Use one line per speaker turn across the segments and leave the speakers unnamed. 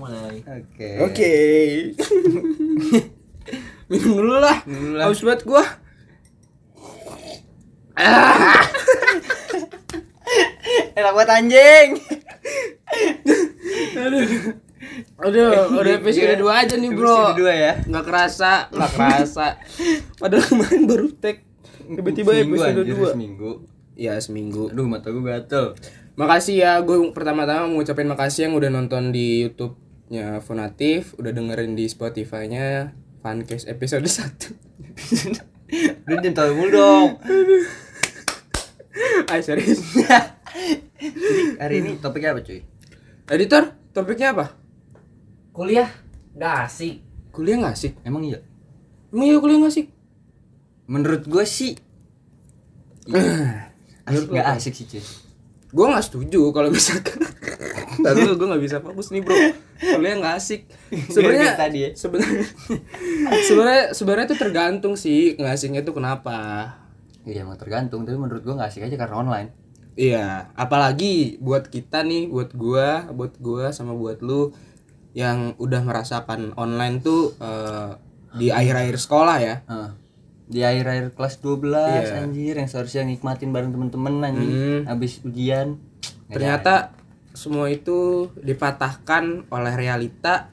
Oke.
Oke. Minum dulu lah.
Minum dulu lah.
Haus banget gua. Ah.
Eh,
Enak banget anjing. Aduh. Aduh, udah episode 2 aja nih,
Iya.
Bro.
Episode dua ya.
Nggak kerasa, nggak kerasa. Padahal kemarin baru tag tiba-tiba
Seminggu,
episode
anjir,
2.
Seminggu.
Ya, seminggu.
Aduh mata gue gatel.
Makasih ya, gue pertama-tama mau ngucapin makasih yang udah nonton di YouTube-nya Fonatif, udah dengerin di Spotify-nya Fancast episode 1.
Lu nyentuh mulu dong.
Ay, serius.
Jadi, hari ini topiknya apa cuy?
Editor, topiknya apa?
kuliah nggak asik
Kuliah nggak asik?
Emang iya.
Emang iya kuliah nggak asik?
Menurut gue sih iya. asik nggak asik sih cuy.
gue nggak setuju kalau misalkan tapi gue nggak bisa fokus nih bro kuliah nggak asik sebenarnya
Gara-gara tadi ya.
sebenarnya sebenarnya sebenarnya itu tergantung sih nggak asiknya itu kenapa
Iya emang tergantung tapi menurut gue nggak asik aja karena online.
iya apalagi buat kita nih buat gua buat gua sama buat lu yang udah merasakan online tuh eh, di akhir-akhir sekolah ya
Heeh. Di akhir-akhir kelas 12
Iya.
anjir yang seharusnya nikmatin bareng temen-temen anjir
Hmm.
habis ujian. Nggak
ternyata semua itu dipatahkan oleh realita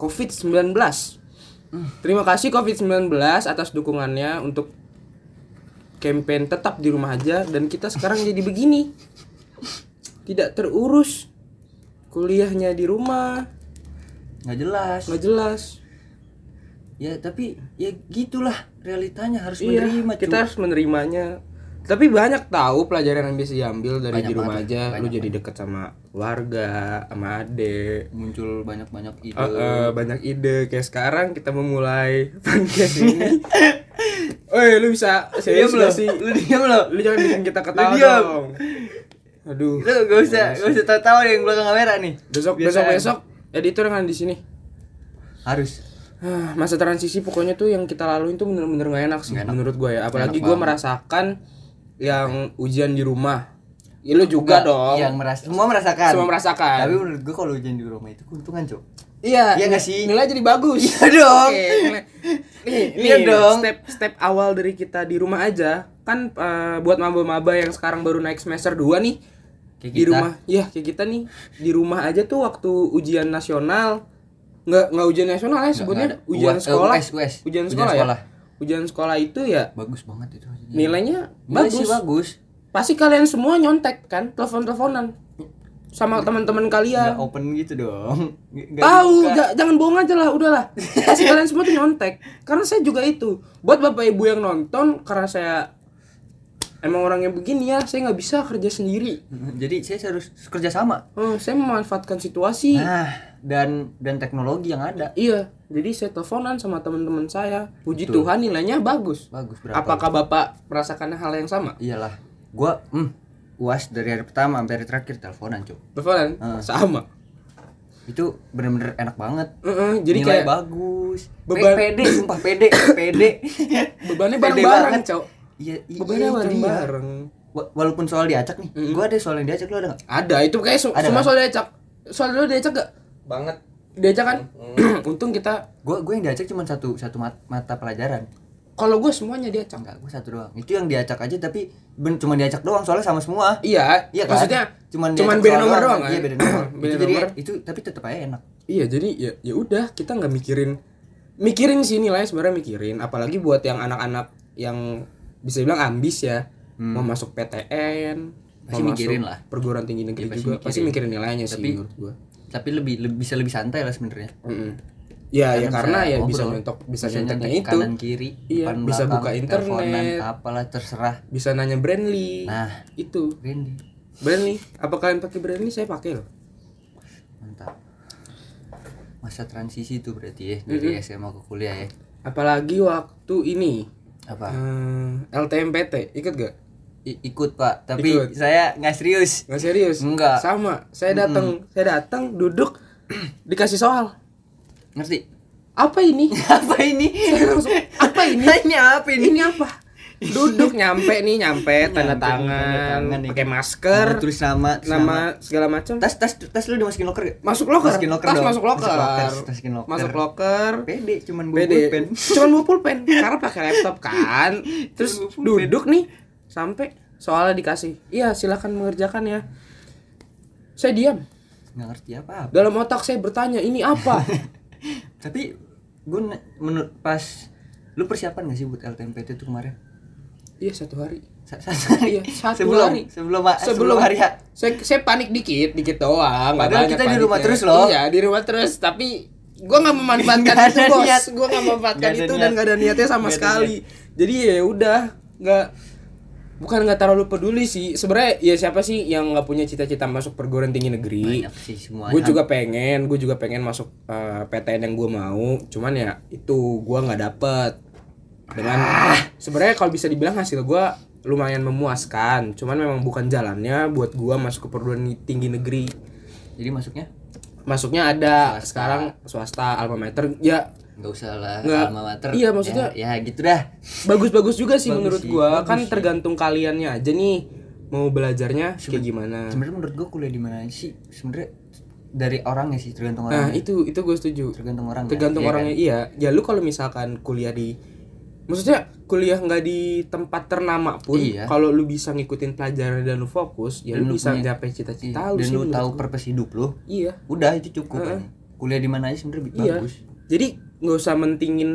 COVID-19.
Hmm.
Terima kasih COVID-19 atas dukungannya untuk campaign tetap di rumah aja dan kita sekarang jadi begini. Tidak terurus. Kuliahnya di rumah,
nggak jelas.
nggak jelas.
Ya tapi ya gitulah realitanya harus
Iya,
menerima cuy.
kita harus menerimanya. Tapi banyak tahu pelajaran yang bisa diambil dari
Banyak
di rumah
banget,
aja.
banyak
Lu jadi dekat sama warga, sama adik,
muncul banyak-banyak ide.
Eh, eh, banyak ide kayak sekarang kita memulai podcast ini. Oi, lu bisa serius gak sih?
Lu diam lo.
Iya, Lu jangan bikin kita ketawa
Lu diam.
dong. Aduh.
Lu gak usah, gak usah tahu-tahu yang belakang kamera nih.
Iya, Besok
Biasa. kan?
besok besok editor kan di sini.
Harus.
Hah, Ah, masa transisi pokoknya tuh yang kita laluin tuh bener-bener gak enak sih
Nggak enak.
menurut gue ya.
Nggak
Apalagi
enak
gue
banget.
merasakan yang ujian di rumah. Ya lu juga dong.
Yang merasa, Iya, semua merasakan.
Semua merasakan.
Tapi menurut gua kalau ujian di rumah itu keuntungan, Cok.
Iya,
Iya
nil-
nggak sih?
Nilai jadi bagus.
Iya dong.
Oke, nilai- Nih,
Iya
nih,
dong.
Step step awal dari kita di rumah aja kan eh, buat maba-maba yang sekarang baru naik semester 2 nih
Kayak
di
kita.
rumah. Iya, kayak kita nih di rumah aja tuh waktu ujian nasional nggak nggak ujian nasional ya sebutnya
nggak ada. eh,
ujian
UAS,
sekolah.
UAS, UAS. Ujian
Ujian sekolah ya.
sekolah.
Ujian sekolah itu ya
Bagus banget itu. maksudnya.
nilainya
Nilai sih
bagus.
bagus.
Pasti kalian semua nyontek kan, telepon-teleponan sama teman-teman kalian.
Nggak open gitu dong. Nggak- nggak
Iya. Tahu,
dibuka.
ja- jangan bohong aja lah, udahlah. Pasti kalian semua tuh nyontek. Karena saya juga itu. Buat bapak ibu yang nonton, karena saya emang orangnya begini ya, saya nggak bisa kerja sendiri.
Hmm, Jadi saya harus kerja sama.
Hmm, saya memanfaatkan situasi.
Nah, dan dan teknologi yang ada.
Iya, jadi saya teleponan sama teman-teman saya. Puji Tuhan nilainya bagus.
Bagus berapa?
Apakah bapak merasakan hal yang sama?
Iyalah. Gua hmm, UAS dari hari pertama sampai hari terakhir teleponan, Cok.
Teleponan
Hmm.
sama.
Itu bener-bener enak banget.
Heeh, jadi
Nilai
kayak
bagus.
Beban-
Pe- pede, sumpah pede, pede.
bebannya
Pede
bareng-bareng,
banget.
Cok.
Iya, iya
Bebannya
itu dia.
bareng-bareng.
Wa- Walaupun soal diacak nih, gua ada soal yang diacak lu ada nggak?
Ada, itu kayak se-
Ada
semua
kan?
soal diajak. Soal lu diajak gak?
Banget.
Diajak kan? Untung kita
Gua gua yang diacak cuma satu satu mat- mata pelajaran.
kalau gue semuanya dia canggah
Enggak, gua satu doang. Itu yang diacak aja tapi ben, cuma diacak doang soalnya sama semua.
iya
Iya kan?
maksudnya
cuman
cuman
diacak
beda
soal
nomor doang kan
Iya, beda nomor.
beda
itu, jadi,
nomor
itu tapi tetap aja enak.
iya jadi ya ya udah kita nggak mikirin mikirin sih nilai sebenarnya mikirin apalagi buat yang anak-anak yang bisa bilang ambis ya mau masuk PTN
Hmm. Pasti
mau
mikirin
masuk
lah.
perguruan tinggi negeri
Iya, pasti
juga pasti mikirin nilainya sih
Tapi-
menurut gue
Tapi lebih, lebih bisa lebih santai lah sebenarnya.
ya ya karena ya
ngobrol.
bisa nyentok bisa nyenteknya
nyentek
itu
kanan kiri,
Iya,
depan
bisa
belakang,
buka
teleponan,
internet.
apalah terserah.
bisa nanya Brandly
Nah,
itu
Randy.
Brandly apa kalian pakai Brandly saya pakai loh
Mantap. Masa transisi itu berarti ya dari SMA ke kuliah ya.
apalagi waktu ini
Apa?
Eh, LTMPT ikut gak?
I- ikut, Pak, tapi
Ikut.
saya nggak serius.
Nggak serius?
Nggak.
Sama. Saya datang, saya datang duduk dikasih soal.
Ngerti?
Apa ini?
apa ini?
Saya langsung, apa ini?
Ini apa ini?
Ini apa? duduk nyampe nih nyampe
Nyampe, tanda
tanda tangan
tangan nih.
pakai masker
Nama, tulis nama terus
Nah, nama segala macam
tas tas tas lu dimasukin loker gak?
masuk loker
masukin loker
tas
dong.
masuk loker
Masuk loker, masukin loker.
masuk loker
pede cuman bawa
pede
pulpen
cuman bawa pulpen karena pakai laptop kan terus
Cuman bawa pulpen.
duduk nih sampai soalnya dikasih iya silakan mengerjakan ya saya diam
nggak ngerti apa apa
dalam otak saya bertanya ini apa
tapi gue menurut pas lu persiapan gak sih buat LTMPT tuh kemarin
iya satu hari
Sa- sa- sa-
Iya, satu
sebelum,
hari.
sebelum sebelum Eh, hari H.
saya, saya panik dikit dikit doang nggak
Padahal
banyak
kita di
paniknya.
rumah terus loh.
iya di rumah terus tapi gua nggak memanfaatkan
Nggak
itu
ada
bos
niat.
gua nggak memanfaatkan
Nggak ada
itu dan
niat.
nggak ada niatnya sama
Nggak ada
sekali jadi ya udah nggak bukan nggak terlalu peduli sih sebenarnya ya siapa sih yang nggak punya cita-cita masuk perguruan tinggi negeri
banyak sih semuanya
gue juga pengen gue juga pengen masuk eh, PTN yang gue mau cuman ya itu gua nggak dapet dengan
Ah.
sebenarnya kalau bisa dibilang hasil gua lumayan memuaskan cuman memang bukan jalannya buat gua masuk ke perguruan tinggi negeri
jadi masuknya
masuknya ada
Swasta.
sekarang swasta alma mater ya
nggak usah lah
Nggak.
alma mater
Iya, maksudnya-
ya, ya gitu dah
bagus-bagus juga sih
Bagus
menurut
sih,
gua
bagus
kan
sih.
tergantung kaliannya aja nih mau belajarnya kayak
Seben-
gimana
sebenarnya menurut gue kuliah di mana sih sebenarnya dari orangnya sih tergantung
nah
orangnya
itu itu gue setuju
tergantung orang
tergantung
ya,
orangnya iya ya lu kalau misalkan kuliah di maksudnya kuliah nggak di tempat ternama pun
Iya.
kalau lu bisa ngikutin pelajaran dan lu fokus ya
Dan lu
lu bisa
punya-
nyapai
Iya,
cita-cita lu
dan
sih
lu
menurut
tahu
gua.
purpose hidup lu
iya
udah itu cukup
Heeh.
kan kuliah di mana aja sebenarnya
Iya.
bagus
jadi nggak usah mentingin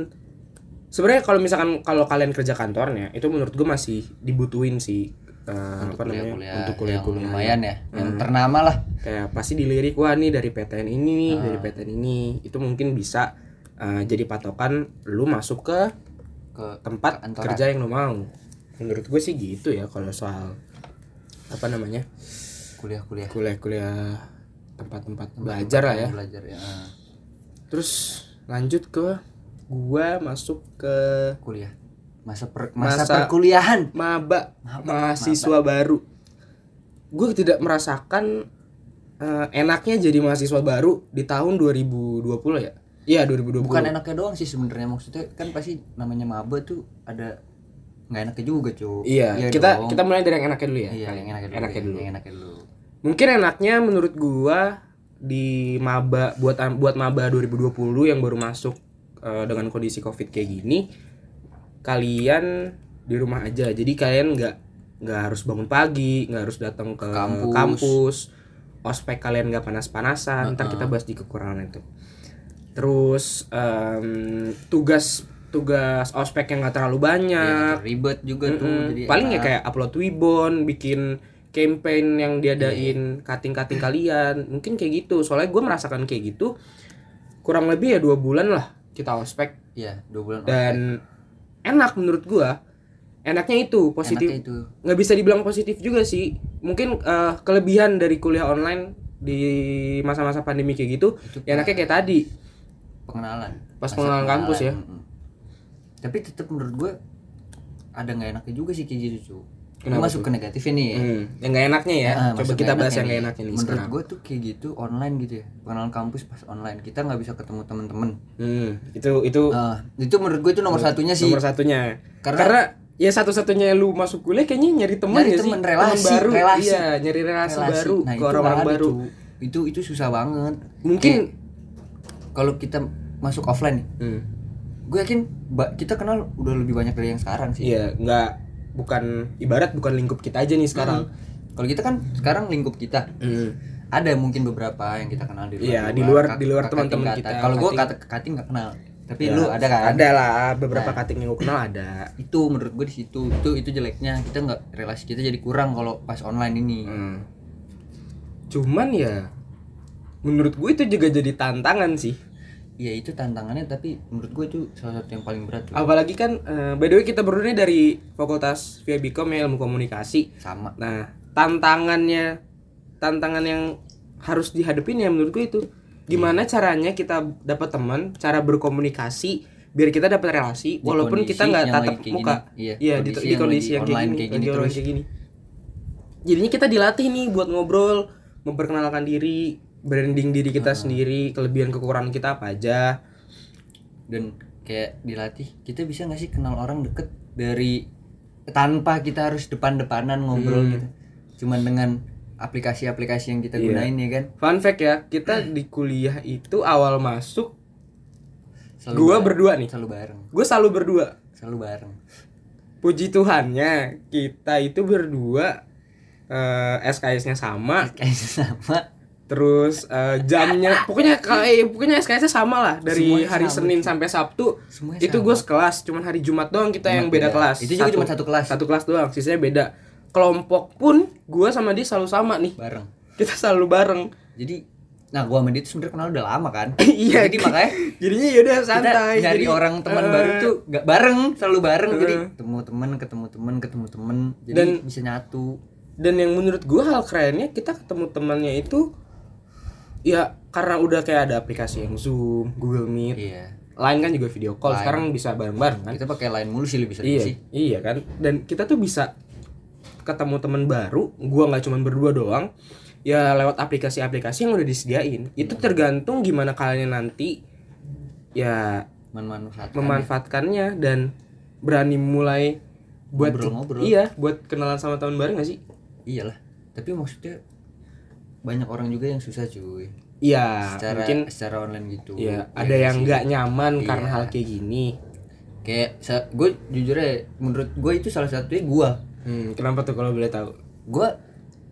sebenarnya kalau misalkan kalau kalian kerja kantornya itu menurut gue masih dibutuhin sih eh,
untuk
apa namanya
kuliah-kuliah
untuk
yang
kuliah-kuliah
lumayan ya yang
Hmm.
ternama lah
kayak pasti dilirik wah nih dari PTN ini nih
Ah.
dari PTN ini itu mungkin bisa eh, jadi patokan lu masuk ke
ke
tempat
Kantoran.
kerja yang lo mau menurut gue sih gitu ya kalau soal apa namanya
kuliah-kuliah
kuliah-kuliah tempat-tempat belajar lah ya
belajar ya Ah,
terus lanjut ke gua masuk ke
kuliah masa per, masa,
Masa-
perkuliahan
maba
Maba,
mahasiswa baru gue tidak merasakan eh, enaknya jadi mahasiswa baru di tahun 2020 ya iya 2020
bukan enaknya doang sih sebenarnya maksudnya kan pasti namanya maba tuh ada nggak enaknya juga cuy
iya
dong.
kita kita mulai dari yang enaknya dulu ya
iya yang enaknya dulu
enaknya
ya,
dulu
yang enaknya dulu
mungkin enaknya menurut gua di maba buat buat maba 2020 yang baru masuk eh, dengan kondisi covid kayak gini kalian di rumah aja jadi kalian nggak nggak harus bangun pagi nggak harus datang ke kampus.
Kampus.
ospek kalian nggak panas-panasan ntar
Uh-uh.
kita bahas di kekurangan itu terus em, tugas tugas ospek yang nggak terlalu
Iya,
banyak
ribet juga tuh
Mm-mm.
jadi
paling ya
enak.
kayak upload Wibon bikin campaign yang
Iya,
diadain cutting-cutting kalian mungkin kayak gitu soalnya gue merasakan kayak gitu kurang lebih ya dua bulan lah kita ospek
iya dua bulan
dan enak menurut gue enaknya itu
ospek.
positif
Enaknya itu
nggak bisa dibilang positif juga sih mungkin eh, kelebihan dari kuliah online di masa-masa pandemi kayak gitu
itu
ya enaknya kayak tadi
pengenalan
pas
Masa
pengenalan kampus ya
mm-mm. tapi tetap menurut gue ada nggak enaknya juga sih kayak gitu cuy Lu
Kenapa
masuk ke negatifnya nih
Hmm, yang nggak enaknya ya
Iya. Ah,
coba
masuk
kita
ke
bahas yang nggak enaknya nih
menurut
sekarang
gue tuh kayak gitu online gitu ya pengenalan kampus pas online kita nggak bisa ketemu temen-temen
Hmm, itu itu
Ah, itu menurut gue itu nomor satunya sih
nomor satunya karena,
Iya. Karena-
ya satu-satunya lu masuk kuliah kayaknya nyari teman
Nyari
ya
teman,
sih
relasi,
Teman baru
relasi.
iya nyari relasi, baru
Nah,
ke
itu
orang-orang
nggak ada,
baru
Cu. itu itu susah banget
mungkin
Kayak kalau kita masuk offline nih
hmm,
gue yakin ba- kita kenal udah lebih banyak dari yang sekarang sih
iya nggak bukan ibarat bukan lingkup kita aja nih sekarang
kalau kita kan sekarang lingkup kita
Hmm.
ada mungkin beberapa yang kita kenal di luar
Iya, di luar-
kak-
di luar
kakak
teman-teman
tingkatan.
kita,
kalau gue
kating.
kata kating nggak kenal tapi
Ya,
lu ada kan
ada lah beberapa
Nah.
cutting yang gue kenal ada
itu menurut gue di situ itu itu jeleknya kita nggak relasi kita jadi kurang kalau pas online ini
Hmm. cuman ya menurut gue itu juga jadi tantangan sih
ya itu tantangannya tapi menurut gue itu salah satu yang paling berat tuh.
apalagi kan eh, by the way kita berdua ini dari fakultas via Bikom ya ilmu komunikasi
sama
Nah, tantangannya tantangan yang harus dihadapin ya menurut gue itu gimana
Iya.
caranya kita dapat teman, cara berkomunikasi biar kita dapat relasi
Di
walaupun kita
kondisi
nggak
yang
tatap
lagi kayak
muka.
gini. Iya,
Iya, di,
kondisi
di
yang
kondisi
lagi
yang kayak
online
gini,
kayak gini
lagi online
terus.
kayak gini. Jadinya kita dilatih nih buat ngobrol, memperkenalkan diri, branding diri kita sendiri, kelebihan kekurangan kita apa aja.
dan kayak dilatih kita bisa nggak sih kenal orang deket dari tanpa kita harus depan-depanan ngobrol
Hmm.
gitu cuman dengan aplikasi-aplikasi yang kita
Iya.
gunain ya kan
Fun fact ya, kita di kuliah itu awal masuk
Selalu
Gua
bareng.
berdua nih.
selalu bareng
gue selalu berdua.
selalu bareng
Puji Tuhannya, kita itu berdua eh, SKS-nya sama,
kayak sama
terus eh, jamnya pokoknya kayak pokoknya SKS-nya sama lah dari
Semuanya
hari
sama,
Senin
cuy.
sampai Sabtu.
Semuanya
itu
sama.
gue sekelas, cuman hari Jumat doang kita
Cuma
yang beda, kelas.
itu juga cuma satu kelas
Satu kelas doang, sisanya beda. Kelompok pun gue sama dia selalu sama nih.
bareng
Kita selalu bareng.
jadi nah gua sama dia tuh sebenarnya kenal udah lama kan
Iya,
jadi makanya
Jadinya yaudah
kita
santai.
nyari
Jadi,
orang teman
eh,
baru tuh nggak bareng selalu bareng jadi
Eh.
ketemu temen ketemu temen ketemu temen jadi
Dan-
bisa nyatu
dan yang menurut gue hal kerennya kita ketemu temannya itu ya karena udah kayak ada aplikasi yang Zoom, Google Meet,
iya
lain kan juga video call.
Line.
Sekarang bisa bareng-bareng kan.
Iya. kita pakai lain mulu sih lebih sering
Iya,
sih
iya kan. Dan kita tuh bisa ketemu teman baru, gua nggak cuman berdua doang. Ya lewat aplikasi-aplikasi yang udah disediain. Itu tergantung gimana kalian nanti ya
memanfaatkan
memanfaatkannya dan berani mulai buat
Ngobrol-ngobrol.
iya buat kenalan sama teman baru gak sih
iyalah tapi maksudnya banyak orang juga yang susah cuy
iya
secara
mungkin
secara online gitu
ya
Iya
ada yang
sih?
nggak nyaman
Iya.
karena hal kayak gini
kayak gue jujur ya menurut gue itu salah satunya gue
hmm, kenapa tuh kalau boleh tahu
gue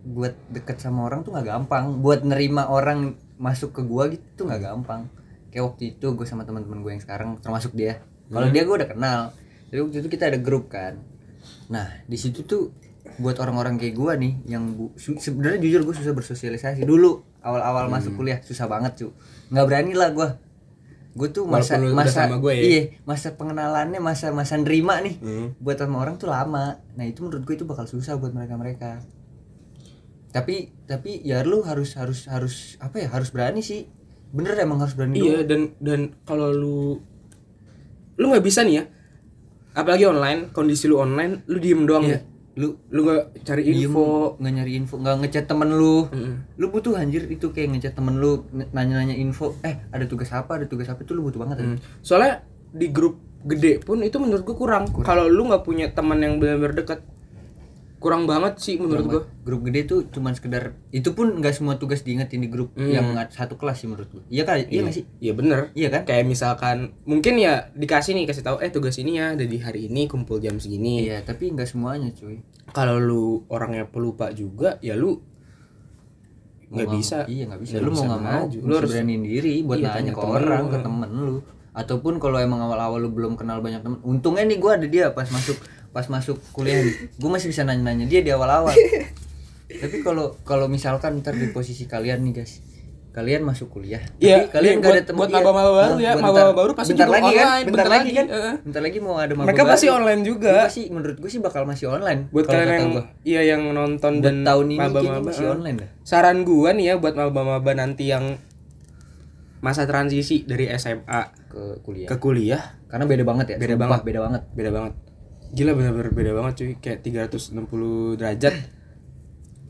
buat deket sama orang tuh nggak gampang buat nerima orang masuk ke gue gitu tuh nggak gampang kayak waktu itu gue sama teman-teman gue yang sekarang termasuk dia kalau
Hmm.
dia gue udah kenal tapi waktu itu kita ada grup kan nah di situ tuh buat orang-orang kayak gue nih yang bu- su- sebenarnya jujur gue susah bersosialisasi dulu awal-awal
Hmm.
masuk kuliah susah banget cu nggak berani lah gue gue tuh masa
Walaupun lu udah
masa
sama gue ya?
iya masa pengenalannya masa masa nerima nih
Hmm.
buat sama orang tuh lama nah itu menurut gue itu bakal susah buat mereka mereka tapi tapi ya lu harus harus harus apa ya harus berani sih bener emang harus berani dulu
Iya dan dan kalau lu lu nggak bisa nih ya. Apalagi online, kondisi lu online, lu diem doang
Iya.
ya. Lu lu nggak cari info.
nggak nyari info nggak ngechat temen lu
Mm-mm.
lu butuh anjir itu kayak ngechat temen lu n- nanya-nanya info eh ada tugas apa ada tugas apa itu lu butuh banget anjir.
Hmm. Soalnya di grup gede pun itu menurut gua kurang. Kalau lu nggak punya teman yang benar-benar dekat kurang banget sih menurut gua.
grup gede tuh cuman sekedar itu pun nggak semua tugas diingetin di grup yang ngat- satu kelas sih menurut gue iya kan Hmm. iya nggak sih
Iya bener
iya kan
Kayak misalkan mungkin ya dikasih nih kasih tahu eh tugas ini ya ada di hari ini kumpul jam segini.
iya tapi nggak semuanya cuy
Kalau lu orangnya pelupa juga ya lu nggak
Mau-
bisa.
iya nggak bisa
Nggak
lu
bisa
mau nggak mau
maju. Lu
lu harus
harus-
beraniin diri buat
Iya,
nanya
tanya
ke
temen
orang
lu.
ke temen lu ataupun kalau emang awal-awal lu belum kenal banyak temen untungnya nih gua ada dia pas masuk pas masuk kuliah nih. gua masih bisa nanya-nanya dia di awal-awal tapi kalau kalau misalkan ntar di posisi kalian nih guys kalian masuk kuliah
Iya,
Tapi kalian
iya,
nggak ada
buat-
temen
buat
iya.
maba-maba baru ya,
buat
maba-maba
ntar-
baru pasti
bentar
juga
lagi kan
online,
bentar,
bentar
lagi
lagi,
kan
eh.
bentar lagi mau ada maba
Mereka
baru.
pasti online juga.
Gua pasti menurut gua sih bakal masih online
buat
kalau
kalian
kata
yang
gua.
iya yang nonton
buat
dan
tahun ini kayaknya
maba-maba,
masih
eh.
online dah
saran gua nih ya buat maba-maba nanti yang masa transisi dari SMA
ke kuliah
ke kuliah
karena beda banget ya
Beda
sumpah,
banget.
beda banget
beda banget gila bener-bener beda banget cuy kayak 360 derajat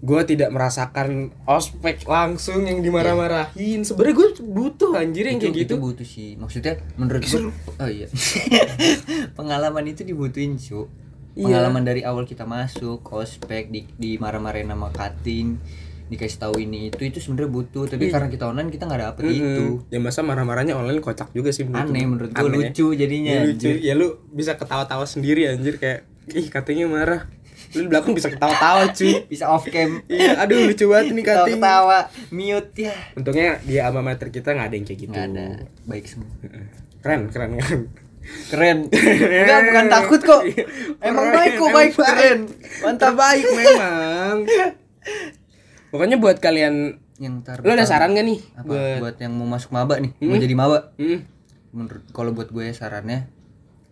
gua tidak merasakan ospek langsung yang dimarah-marahin sebenarnya gua butuh anjir
Iya.
yang
itu,
kayak gitu
itu butuh sih maksudnya menurut gue oh iya pengalaman itu dibutuhin cu
Iya.
pengalaman dari awal kita masuk ospek di di marah-marahin sama cutting dikasih tahu ini itu itu sebenarnya butuh tapi
Iya.
karena kita online kita nggak dapet itu
Mm-mm. ya masa marah-marahnya online kocak juga sih menurut
Hmm. aneh
gua.
menurut gue
Aneh.
lucu jadinya
Ya, lucu
anjir.
ya lu bisa ketawa-tawa sendiri anjir kayak ih katanya marah lu di belakang bisa ketawa-tawa cuy
bisa off cam
iya aduh lucu banget nih
ketawa
kating
ketawa mute ya
untungnya dia alma mater kita nggak ada yang kayak gitu
nggak ada baik semua
keren keren keren
keren Enggak, bukan takut kok emang
Keren,
baik kok
emang
baik
keren.
keren mantap
terbaik memang pokoknya buat kalian
yang ntar
lu ada saran gak nih
apa buat,
buat
yang mau masuk maba nih mau jadi maba
Hmm,
menurut kalau buat gue sarannya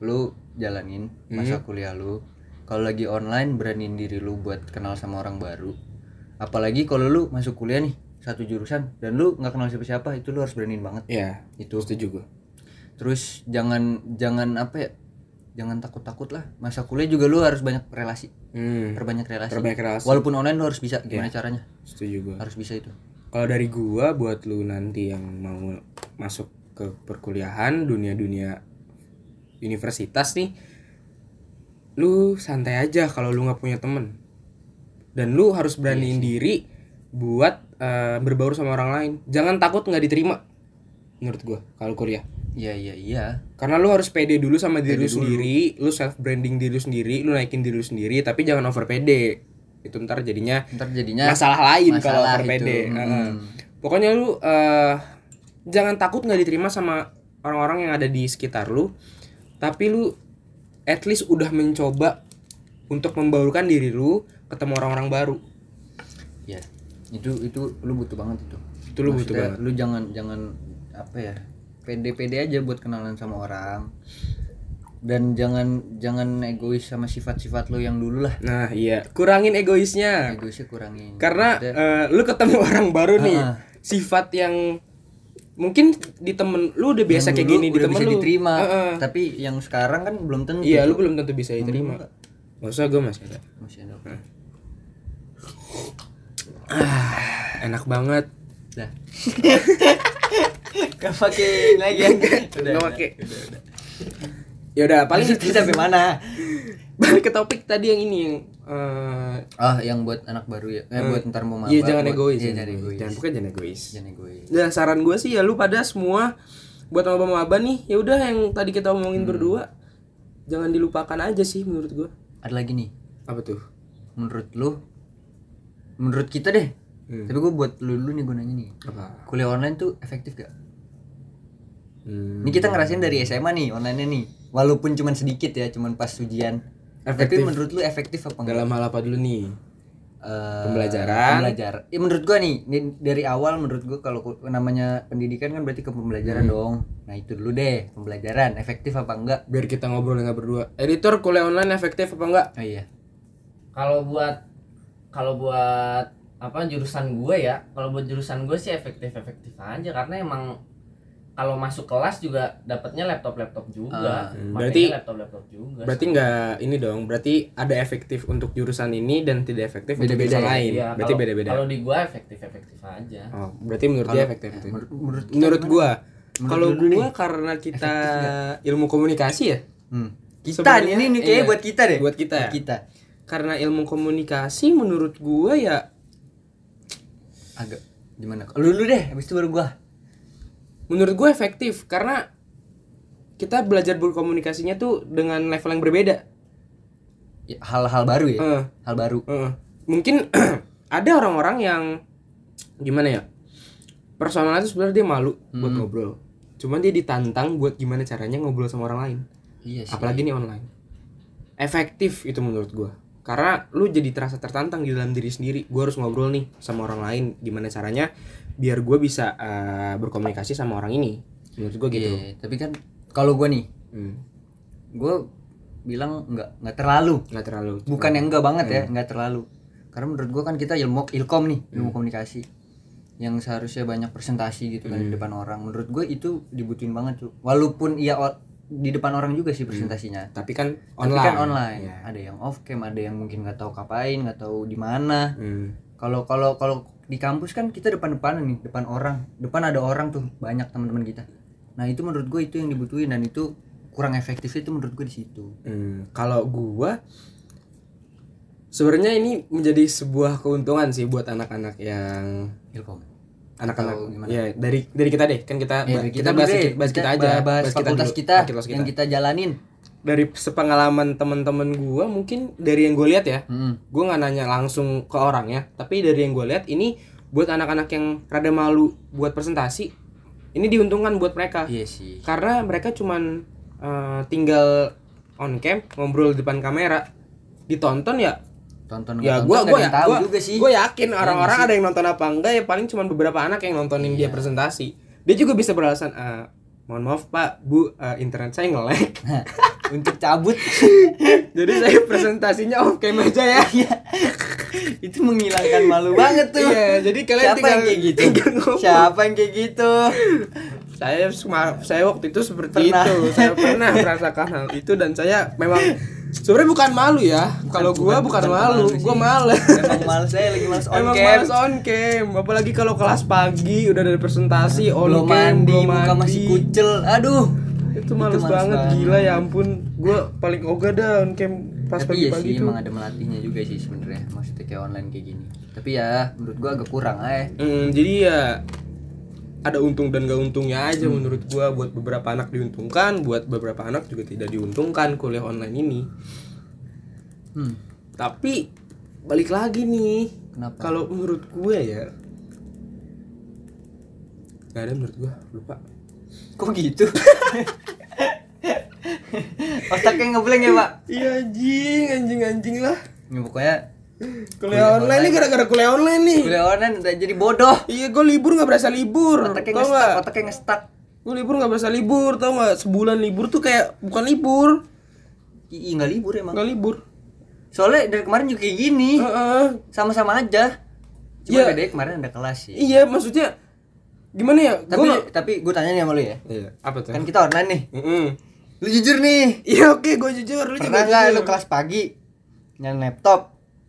lu jalanin masa
Hmm?
kuliah lu kalau lagi online beraniin diri lu buat kenal sama orang baru apalagi kalau lu masuk kuliah nih satu jurusan dan lu nggak kenal siapa-siapa itu lu harus beraniin banget
ya itu setuju gue
terus jangan jangan apa ya jangan takut-takut lah masa kuliah juga lu harus banyak relasi
hmm,
perbanyak relasi
terbaik relasi Iya.
walaupun online lu harus bisa gimana caranya
setuju gue
harus bisa itu
Kalau dari gua buat lu nanti yang mau masuk ke perkuliahan dunia-dunia universitas nih lu santai aja kalau lu nggak punya temen dan lu harus beraniin diri buat eh, berbaur sama orang lain jangan takut nggak diterima menurut gua kalau kuliah
iya iya iya
karena lu harus pede dulu sama diri lu sendiri lu self branding diri lu sendiri lu naikin diri lu sendiri tapi jangan over pede itu ntar jadinya
ntar jadinya
masalah lain kalau
masalah
over
itu. hmm.
pede
Mm-mm.
Heeh. pokoknya lu eh, jangan takut nggak diterima sama orang-orang yang ada di sekitar lu tapi lu at least udah mencoba untuk membaurkan diri lu ketemu orang-orang baru
Iya. Itu itu lu butuh banget itu.
Itu lu butuh
Maksudnya, Lu jangan jangan apa ya? Pede-pede aja buat kenalan sama orang. Dan jangan jangan egois sama sifat-sifat lu yang dulu lah.
nah iya kurangin egoisnya
Egoisnya kurangin.
karena
Maksudnya,
eh, lu ketemu orang baru nih
Ah.
sifat yang mungkin di temen lu udah biasa
yang
kayak
dulu
gini di
udah
temen
bisa
lu
diterima,
Heeh.
tapi yang sekarang kan belum tentu.
iya lu
Cok.
belum tentu bisa diterima gak usah gue masih ada
Masih ada.
Ah, enak banget
Dah. Gak pakai lagi ya. Udah.
Nggak pakai. ya udah paling
Paling kita sampai mana?
balik ke topik tadi yang ini yang eh,
Ah, yang buat anak baru ya. Eh, buat ntar mau maba.
iya jangan
buat-
egois
Iya, jangan egois.
jangan bukan jangan egois
Jangan egois.
Nah, saran gue sih ya lu pada semua buat maba-maba nih, ya udah yang tadi kita omongin berdua jangan dilupakan aja sih menurut gue.
Ada lagi nih.
Apa tuh?
menurut lu menurut kita deh
Iya.
tapi gue buat lu dulu nih gue nanya nih
Apa?
kuliah online tuh efektif gak?
Hmm.
ini kita ngerasain dari SMA nih online nih walaupun cuman sedikit ya cuman pas ujian tapi
Efektif.
menurut lu efektif apa enggak?
Dalam hal apa dulu nih?
Eh,
Pembelajaran.
pembelajaran ya, menurut gua nih ini dari awal menurut gua kalau ku- namanya pendidikan kan berarti ke pembelajaran
Hmm.
dong nah itu dulu deh pembelajaran efektif apa enggak
Biar kita ngobrol nggak berdua. Editor kuliah online efektif apa enggak?
oh iya
Kalau buat kalau buat apa jurusan gue ya, kalau buat jurusan gue sih efektif-efektif aja karena emang kalau masuk kelas juga dapatnya laptop-laptop juga.
Ah,
hmm.
Makanya
Berarti-
laptop-laptop juga.
Berarti nggak ini dong. Berarti ada efektif untuk jurusan ini dan tidak efektif untuk
Beda-beda
jurusan
ya?
lain.
Iya,
berarti
kalau-
beda-beda.
Kalau di gue efektif-efektif aja.
Oh, berarti menurut
Kalau-
dia efektif.
ya, menurut menurut, kita
menurut
gimana?
gua
Menurut
kalau
lu dulu
gua karena kita ilmu komunikasi ya
Hmm. kita
Sebenarnya-
nih ini nih kayaknya
iya.
buat kita deh
Buat kita ya?
kita
karena ilmu komunikasi menurut gua ya
agak gimana lu dulu deh habis itu baru gua
menurut gua efektif karena kita belajar berkomunikasinya tuh dengan level yang berbeda
Ya, hal-hal baru ya
Heeh.
hal baru
Heeh. mungkin ada orang-orang yang gimana ya personalnya tuh sebenarnya dia malu
Hmm.
buat ngobrol cuman dia ditantang buat gimana caranya ngobrol sama orang lain
iya sih
apalagi nih online efektif itu menurut gua karena lu jadi terasa tertantang di dalam diri sendiri gua harus ngobrol nih sama orang lain gimana caranya biar gua bisa eh, berkomunikasi sama orang ini menurut gua gitu
Iya, tapi kan kalau gua nih
Hmm,
gua bilang nggak nggak terlalu
nggak terlalu
bukan yang enggak banget
Hmm.
ya nggak terlalu karena menurut gua kan kita ilmu ilkom nih
Hmm.
ilmu komunikasi yang seharusnya banyak presentasi gitu kan
Hmm.
di depan orang menurut gue itu dibutuhin banget tuh walaupun iya o- di depan orang juga sih presentasinya
tapi kan
tapi
Hmm. online
kan online
Iya.
ada yang off cam ada yang mungkin nggak tahu kapain nggak tahu di mana
Hmm.
kalau kalau kalau di kampus kan kita depan-depanan nih depan orang depan ada orang tuh banyak teman-teman kita nah itu menurut gue itu yang dibutuhin dan itu kurang efektif itu menurut gue di situ
Hmm, kalau gua sebenarnya ini menjadi sebuah keuntungan sih buat anak-anak yang
ilkom Atau
anak-anak
gimana?
ya dari dari kita deh kan kita
Eh,
ba-
dari
kita,
dulu
bahas
deh.
sedikit- bahas kita, aja
bah- bahas
bahas
fakultas
dulu,
kita,
fakultas kita.
yang kita jalanin
dari sepengalaman teman-teman gua mungkin dari yang gue lihat ya
Mm.
gue nggak nanya langsung ke orangnya tapi dari yang gue lihat ini buat anak-anak yang rada malu buat presentasi ini diuntungkan buat mereka
iya sih
karena mereka cuman eh, tinggal on cam ngobrol di depan kamera ditonton ya
tonton
ya
nggak
gue
tonton nggak ada
gue ya
yang tahu
gua-
juga sih
gua yakin orang-orang ada yang nonton apa enggak ya paling cuman beberapa anak yang nontonin dia presentasi dia juga bisa beralasan "Eh, mohon maaf pak bu eh, internet saya nge-lag
untuk cabut
jadi saya presentasinya off cam aja ya
Iya. itu menghilangkan malu banget tuh
Iya, jadi kalian
siapa
tinggal-
yang kayak gitu
tinggal ngomong.
siapa yang kayak gitu
saya semar- saya waktu itu seperti
Pernah.
itu saya pernah merasakan hal itu dan saya memang sebenarnya bukan malu ya kalau gua
bukan
bukan,
malu
malu
sih.
gua males
emang males saya lagi males on
Emang
cam
males on cam apalagi kalau kelas pagi udah dari presentasi on
belum
cam
mandi,
belum
muka
mandi.
masih kucel. Aduh.
itu males, banget gila ya ampun gua paling ogah dah on cam pas
tapi ya
pagi-pagi
sih
tuh.
emang ada melatihnya juga sih sebenarnya maksudnya kayak online kayak gini tapi ya menurut gua agak kurang aja
Hmm, jadi ya ada untung dan gak untungnya
Hmm.
aja menurut gua buat beberapa anak diuntungkan, buat beberapa anak juga tidak diuntungkan kuliah online ini.
hmm.
Tapi balik lagi nih,
Kenapa?
kalau menurut gue ya Gak ada menurut gua, lupa.
kok gitu otaknya ngeblank ya pak
Iya anjing, anjing anjing lah.
ya, pokoknya
Kuliah, online nih gara-gara kuliah online nih.
kuliah online udah jadi bodoh
Iya, gue libur nggak berasa libur.
otaknya
Tau
ngestak
nggak?
otaknya ngestak
Gue libur nggak berasa libur, tau nggak? Sebulan libur tuh kayak bukan libur,
Ih, nggak libur emang
nggak libur.
soalnya dari kemarin juga kayak gini
Heeh.
sama-sama aja cuma
Ya.
bedanya kemarin ada kelas sih
Iya, maksudnya gimana ya?
tapi tapi gue tanya nih sama lu ya
Iya, apa tuh?
kan kita online nih
Mm-mm.
lu jujur nih
Iya, oke, gue jujur, lu juga
pernah nggak
jujur.
lu kelas pagi nyalain laptop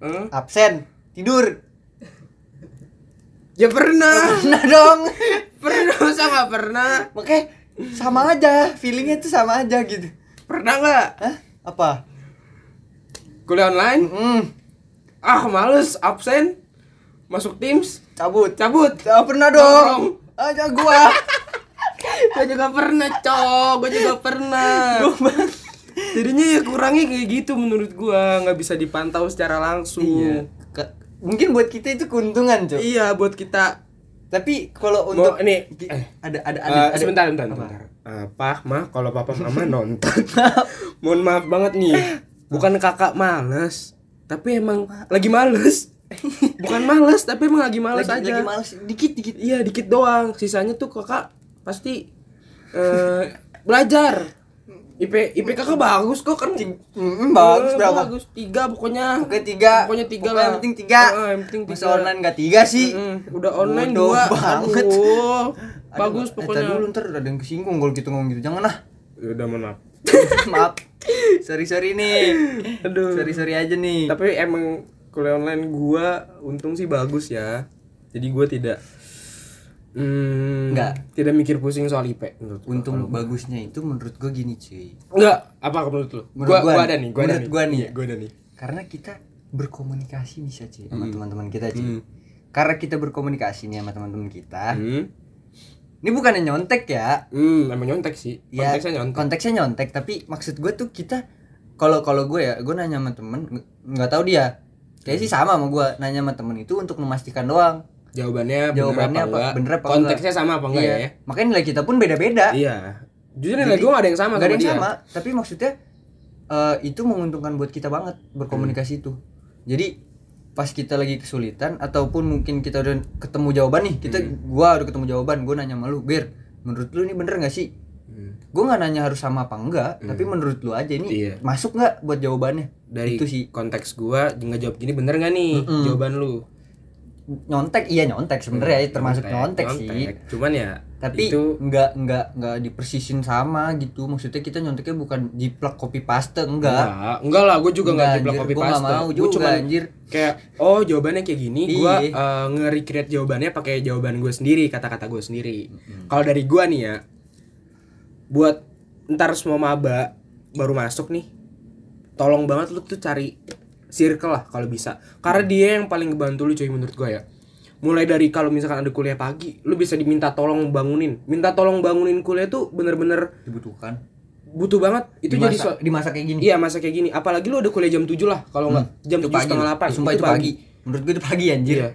Heeh.
absen tidur
Ya pernah.
nah dong
pernah masa nggak pernah?
makanya sama aja feelingnya tuh sama aja gitu
Pernah nggak?
Hah? apa
Kuliah online?
hmm
Ah, males, absen, masuk Teams,
cabut
cabut.
Ah, pernah dong aja gua
gue juga pernah, cok. Gue juga pernah. Jadinya ya kurangnya kayak gitu menurut gua nggak bisa dipantau secara langsung.
iya Ke- mungkin buat kita itu keuntungan cuy
Iya, buat kita
tapi kalau untuk
Mau- ini,
Ki-
eh,
ada ada ada,
Eh,
ada-
sebentar, bentar, bentar. Eh, Pak, Ma, kalau papa mama nonton. Mohon maaf banget nih. Bukan kakak males, tapi emang lagi males. Bukan males, tapi emang lagi males
lagi,
aja.
lagi males dikit dikit
Iya, dikit doang. Sisanya tuh kakak pasti eh belajar. IP IP kakak bagus kok kan.
Mm, bagus
Eh,
berapa
Bagus tiga pokoknya.
Pokoknya tiga.
Pokoknya tiga
Pokoknya
lah.
yang penting tiga.
Eh, yang penting
Masa
tiga.
online nggak tiga sih.
Mm, udah online
Bodoh
dua.
banget.
Aduh,
Aduh,
bagus
eh,
pokoknya.
tar dulu ntar ada yang kesinggung kalau gitu ngomong gitu. Jangan ah.
Ya Udah mohon maaf.
Maaf. Sorry sorry nih.
Aduh.
Sorry sorry aja nih.
Tapi emang kuliah online gua untung sih bagus ya. Jadi gua tidak hmm,
Nggak.
tidak mikir pusing soal IP menurut gua.
Untung bagusnya itu menurut gue gini cuy.
Enggak, apa menurut lu?
Menurut
gua,
gua
gua
nih.
ada nih, gua ada
Menurut gua nih
Iya,
ya.
gua ada nih.
Karena kita berkomunikasi bisa cuy sama teman-teman kita cuy.
Hmm.
Karena kita berkomunikasi nih sama teman-teman kita.
Hmm.
Ini bukannya nyontek ya.
Hmm, emang nyontek sih.
ya
Konteksnya nyontek.
konteksnya nyontek tapi maksud gue tuh kita kalau kalau gue ya gue nanya sama temen nge- nggak tahu dia kayak sih
Hmm.
sama sama gue nanya sama temen itu untuk memastikan doang
Jawabannya,
jawabannya
bener apa,
apa,
enggak?
bener apa
Konteksnya sama apa enggak
Iya.
ya?
makanya nilai kita pun beda beda
Iya. Jujur nilai
Jadi,
gua nggak ada yang sama
nggak ada yang
dia.
sama tapi maksudnya eh, itu menguntungkan buat kita banget berkomunikasi
Hmm.
itu jadi pas kita lagi kesulitan ataupun mungkin kita udah ketemu jawaban nih kita
Hmm.
gua udah ketemu jawaban gue nanya sama lu bir menurut lu ini bener nggak sih
Hmm.
gue nggak nanya harus sama apa enggak tapi menurut lu aja ini
Iya.
masuk nggak buat jawabannya
Dari
itu sih
konteks gua nggak jawab gini bener nggak nih
Mm-mm.
jawaban lu?
nyontek iya nyontek sebenarnya termasuk nyontek, sih
Cuman ya
tapi
Hmm, itu
nggak nggak nggak dipersisin sama gitu maksudnya kita nyonteknya bukan jiplak copy paste enggak
Enggak, enggak lah, gue juga enggak
Enggak,
jiplak
anjir,
copy
gua nggak
paste.
mau
Gua
juga,
cuman
anjir.
Kayak oh jawabannya kayak gini, gue
Iya.
nge-recreate jawabannya pakai jawaban gue sendiri, kata-kata gue sendiri. Kalau dari gua nih ya, buat ntar semua maba baru masuk nih, tolong banget lu tuh cari circle lah kalau bisa. Karena dia yang paling ngebantu lu cuy menurut gua ya. Mulai dari kalau misalkan ada kuliah pagi, lu bisa diminta tolong bangunin. Minta tolong bangunin kuliah tuh bener-bener
dibutuhkan
butuh banget. Itu
di
jadi
masa,
sua-
di masa kayak gini
Iya masa kayak gini, Hmm. apalagi lu udah kuliah jam 7 lah kalau nggak
Hmm.
jam
Itu
tujuh setengah
loh.
delapan.
sumpah itu pagi. menurut gue itu pagi anjir
Iya.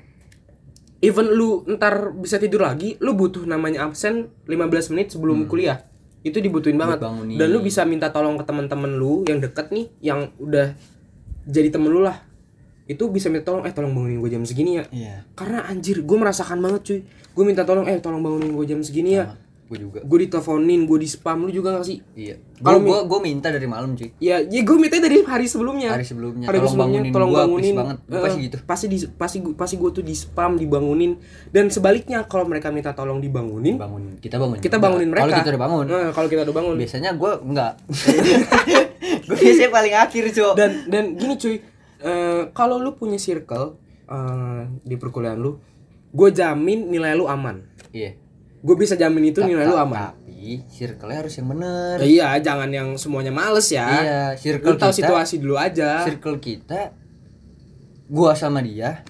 Even lu ntar bisa tidur lagi, lu butuh namanya absen 15 menit sebelum kuliah. Itu dibutuhin banget.
Hmm. bangunin.
Dan lu bisa minta tolong ke teman-teman lu yang deket nih, yang udah jadi temen lu lah. Itu bisa minta tolong, eh tolong bangunin gue jam segini ya.
iya
Karena anjir, gue merasakan banget cuy. Gue minta tolong, eh tolong bangunin gue jam segini ya.
gue Iya. juga
Gue diteleponin, gue di spam, lu juga gak sih?
iya kalau
Kalau
gue gue minta dari malam cuy
Ya, ya gue minta dari hari sebelumnya.
hari sebelumnya
Hari
tolong
sebelumnya,
bangunin
tolong
gua, please
bangunin.
banget Gua
Eh,
pasti gitu
Pasti di, pasti gua, pasti gua tuh di spam dibangunin dan sebaliknya kalau mereka minta tolong dibangunin,
bangunin kita bangunin
kita bangunin mereka.
kalau kita udah bangun
Eh, kalau kita udah bangun.
biasanya gue enggak gue biasanya paling akhir cuy
Dan dan gini cuy, eh, kalau lu punya circle eh, di perkuliahan lu, gue jamin nilai lu aman.
iya
Gue bisa jamin itu nilai lu aman.
tapi lagi circle-nya harus yang bener
iya jangan yang semuanya males ya
iya
lu
circle
tahu
kita
situasi dulu aja
circle kita gua sama dia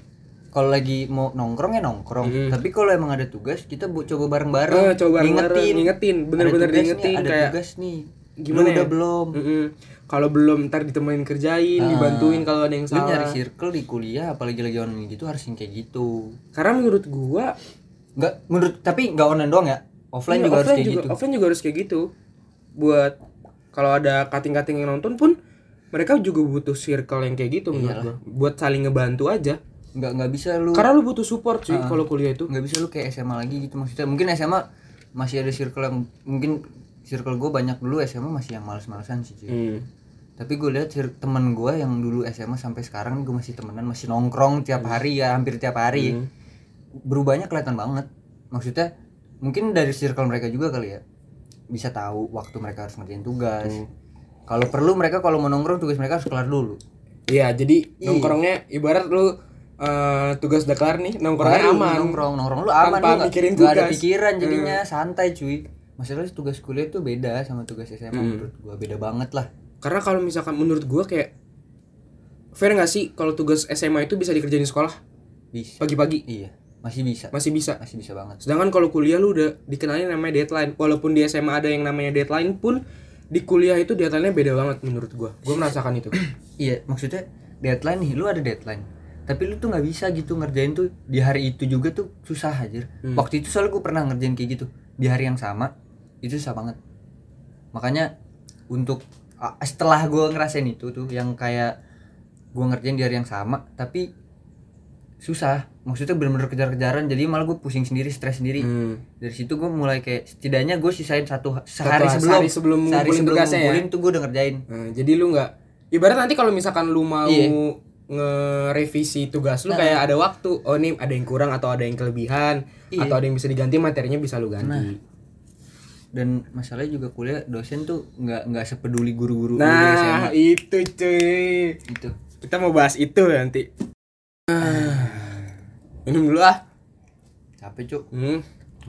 kalau lagi mau nongkrong ya nongkrong
Mm.
tapi kalau emang ada tugas kita bu coba bareng bareng
Eh, coba bareng-bareng, ngingetin bener-bener
ada tugas nih,
diingetin
ada
kayak
tugas nih
gimana
lu udah
ya?
belum
Mm-mm. kalau belum ntar ditemenin kerjain
Ah.
dibantuin kalau ada yang
lu nyari
Hmm, salah
circle di kuliah apalagi lagi online gitu harus yang kayak gitu
karena menurut gua
nggak menurut tapi nggak online doang ya offline
iya,
juga harus
offline
kayak
juga,
gitu
offline juga harus kayak gitu buat kalau ada kating-kating yang nonton pun mereka juga butuh circle yang kayak gitu menurut gua buat saling ngebantu aja
nggak nggak bisa lu
karena lu butuh support sih kalau kuliah itu
nggak bisa lu kayak SMA lagi gitu maksudnya mungkin SMA masih ada circle yang mungkin circle gue banyak dulu SMA masih yang males-malesan sih cuy.
Hmm.
tapi gue lihat cir- temen gue yang dulu SMA sampai sekarang gue masih temenan masih nongkrong
Hmm.
tiap hari ya hampir tiap hari berubahnya kelihatan banget maksudnya mungkin dari circle mereka juga kali ya bisa tahu waktu mereka harus ngerjain tugas
Hmm.
kalau perlu mereka kalau mau nongkrong tugas mereka harus kelar dulu
Iya, jadi
Iya.
nongkrongnya ibarat lu eh, tugas udah kelar nih, nongkrongnya
Baru
aman.
nongkrong nongkrong lu aman
Tanpa
lu nggak-
mikirin
nggak ada
tugas. Hmm.
pikiran jadinya santai cuy masalah tugas kuliah tuh beda sama tugas SMA
Hmm.
menurut gue beda banget lah
Karena kalau misalkan menurut gua kayak fair nggak sih kalau tugas SMA itu bisa dikerjain di sekolah
bisa
pagi-pagi
iya masih bisa
masih bisa.
masih bisa banget
Sedangkan kalau kuliah lu udah dikenalin namanya deadline. Walaupun di SMA ada yang namanya deadline pun di kuliah itu deadline-nya beda banget menurut gua. Gua merasakan itu.
Iya, maksudnya deadline nih, lu ada deadline. Tapi lu tuh nggak bisa gitu ngerjain tuh di hari itu juga tuh susah aja.
Hmm.
Waktu itu soalnya gue pernah ngerjain kayak gitu di hari yang sama, itu susah banget. Makanya untuk a- setelah gue ngerasain itu tuh yang kayak gue ngerjain di hari yang sama, tapi susah. Maksudnya bener-bener kejar-kejaran, jadi malah gue pusing sendiri, stres sendiri.
Hmm.
Dari situ gue mulai kayak setidaknya gue sisain satu sehari sebelum
sehari sebelum
sehari
ngumpulin
sebelum
tugasnya ya?
ngumpulin tuh gue udah ngerjain.
Nah, jadi lu nggak ibarat nanti kalau misalkan lu mau
Iya.
ngerevisi tugas lu
Nah.
kayak ada waktu oh nih ada yang kurang atau ada yang kelebihan
Iya.
atau ada yang bisa diganti materinya bisa lu ganti
dan masalahnya juga kuliah dosen tuh nggak nggak sepeduli guru-guru
nah,
lu di SMA
itu cuy
gitu
kita mau bahas itu nanti Ah. minum dulu ah
capek cuk
hmm.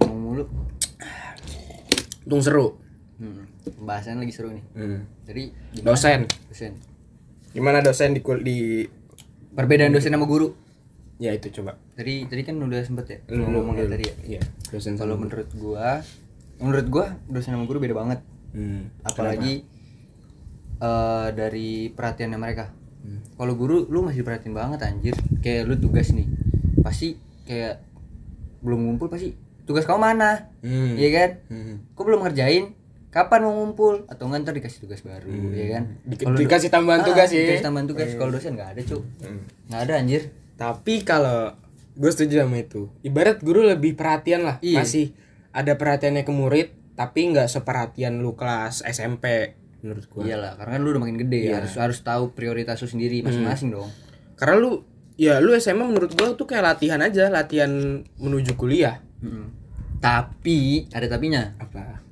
ngomong mulu
untung seru
hmm. pembahasan lagi seru nih
Hmm.
jadi gimana
dosen
dosen
gimana dosen di kul- di
perbedaan dosen sama guru
ya itu coba
tadi tadi kan udah sempet ya
Lu- lu-
ngomongnya
lu-
tadi ya
iya dosen
kalau
sama
menurut gua menurut gua dosen sama guru beda banget
Hmm.
apalagi eh, dari perhatiannya mereka
Hmm.
kalau guru lu masih perhatiin banget anjir kayak lu tugas nih pasti kayak belum ngumpul pasti tugas kamu mana
Hmm.
Iya kan
Hmm.
kok belum ngerjain kapan mau ngumpul atau nggak ntar dikasih tugas baru ya kan
Di-
Kalau do-
Hmm. dikasih tambahan
Ah,
tugas ya. Hmm.
dikasih tambahan tugas kalau dosen nggak ada cuk nggak ada anjir
Tapi kalau gue setuju sama itu. Ibarat guru lebih perhatian lah.
Iya.
Masih ada perhatiannya ke murid, tapi nggak seperhatian lu kelas SMP menurut gue.
iyalah karena kan lu udah makin gede
Iya.
harus harus tahu prioritas lu sendiri
Hmm.
masing-masing dong
Karena lu ya lu SMA menurut gue tuh kayak latihan aja, latihan menuju kuliah.
Mm-mm. tapi ada tapinya
Apa?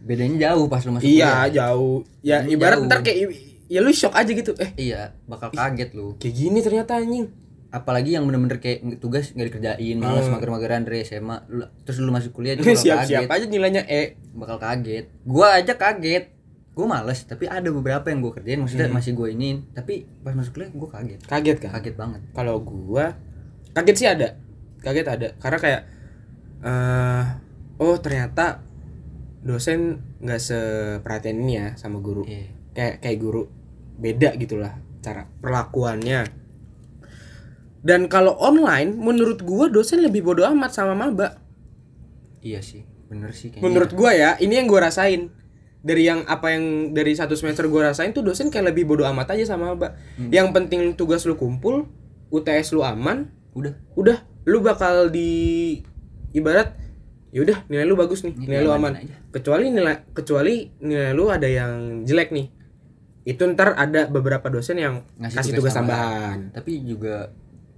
bedanya jauh pas lu masuk
Iya,
kuliah.
jauh. Ya
Lu
ibarat
jauh.
ntar kayak ya lu shock aja gitu. Eh,
iya bakal kaget lu
kayak gini ternyata anjing.
apalagi yang bener-bener kayak nge- tugas nggak dikerjain malas mager-mageran dari SMA lu- terus lu masuk kuliah juga bakal
Hmm. Siap-siap
kaget
aja nilainya E.
bakal kaget gua aja kaget gua males tapi ada beberapa yang gua kerjain maksudnya
Hmm.
masih gua iniin tapi pas masuk kuliah gua kaget
Kaget kan?
kaget banget
kalau gua kaget sih ada kaget ada karena kayak eh oh ternyata dosen nggak seperhatian ini ya sama guru
Iya.
kayak kayak guru beda gitulah cara perlakuannya dan kalau online menurut gua dosen lebih bodoh amat sama maba
iya sih bener sih kayaknya
menurut gua ya ini yang gua rasain dari yang apa yang dari satu semester gua rasain tuh dosen kayak lebih bodoh amat aja sama maba yang penting tugas lu kumpul UTS lu aman
udah
udah lu bakal di ibarat ya udah nilai lu bagus nih nilai lu aman
aman aja.
kecuali nilai kecuali nilai lu ada yang jelek nih itu ntar ada beberapa dosen yang
Ngasih
kasih
tugas
tugas, tambahan.
tapi juga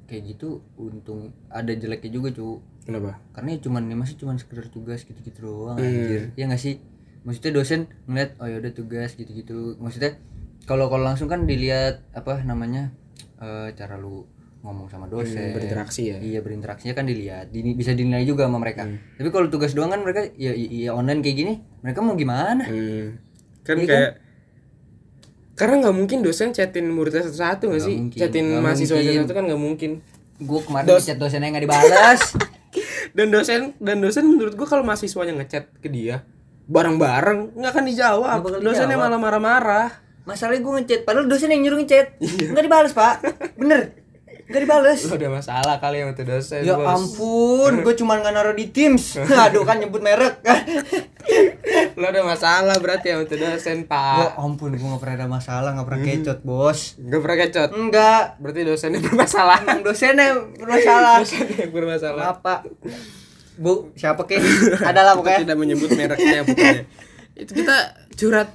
kayak gitu untung ada jeleknya juga cu
kenapa
karena ya cuman ya masih cuman sekedar tugas gitu-gitu doang
Hmm.
anjir ya nggak sih maksudnya dosen ngeliat oh ya udah tugas gitu-gitu maksudnya kalau kalau langsung kan dilihat apa namanya eh cara lu ngomong sama dosen
Iya, berinteraksi ya. Hmm.
iya berinteraksinya kan dilihat Dini- bisa dinilai juga sama mereka tapi kalau tugas doang kan mereka ya, i- iya online kayak gini mereka mau gimana
Hmm. Kan kayak karena nggak mungkin dosen chatin muridnya satu-satu nggak sih?
mungkin,
Chatin
nggak
mahasiswa
mungkin.
satu-satu kan nggak mungkin.
gue kemarin chat dosennya nggak dibalas
Dan dosen dan dosen menurut gua kalau mahasiswanya ngechat ke dia bareng-bareng nggak akan dijawab.
Nggak bakal
Dosennya
dijawab.
malah marah-marah.
masalahnya gue ngechat padahal dosen yang nyuruh ngechat
Iya.
nggak dibalas pak bener nggak dibalas
Lu ada masalah kali sama tuh dosen.
Ya
bos.
ampun, gue cuman nggak naruh di Teams. Aduh kan nyebut merek.
Ya Lu ada masalah berarti sama tuh dosen,
ya
Pak.
ampun, gue nggak pernah ada masalah, nggak pernah kecot bos.
Nggak pernah kecot.
Enggak,
Berarti dosennya bermasalah.
emang dosennya bermasalah.
Dosennya bermasalah.
Maaf pak, bu siapa kek? Adalah
kita
pokoknya.
tidak menyebut mereknya ya? pokoknya itu kita curhat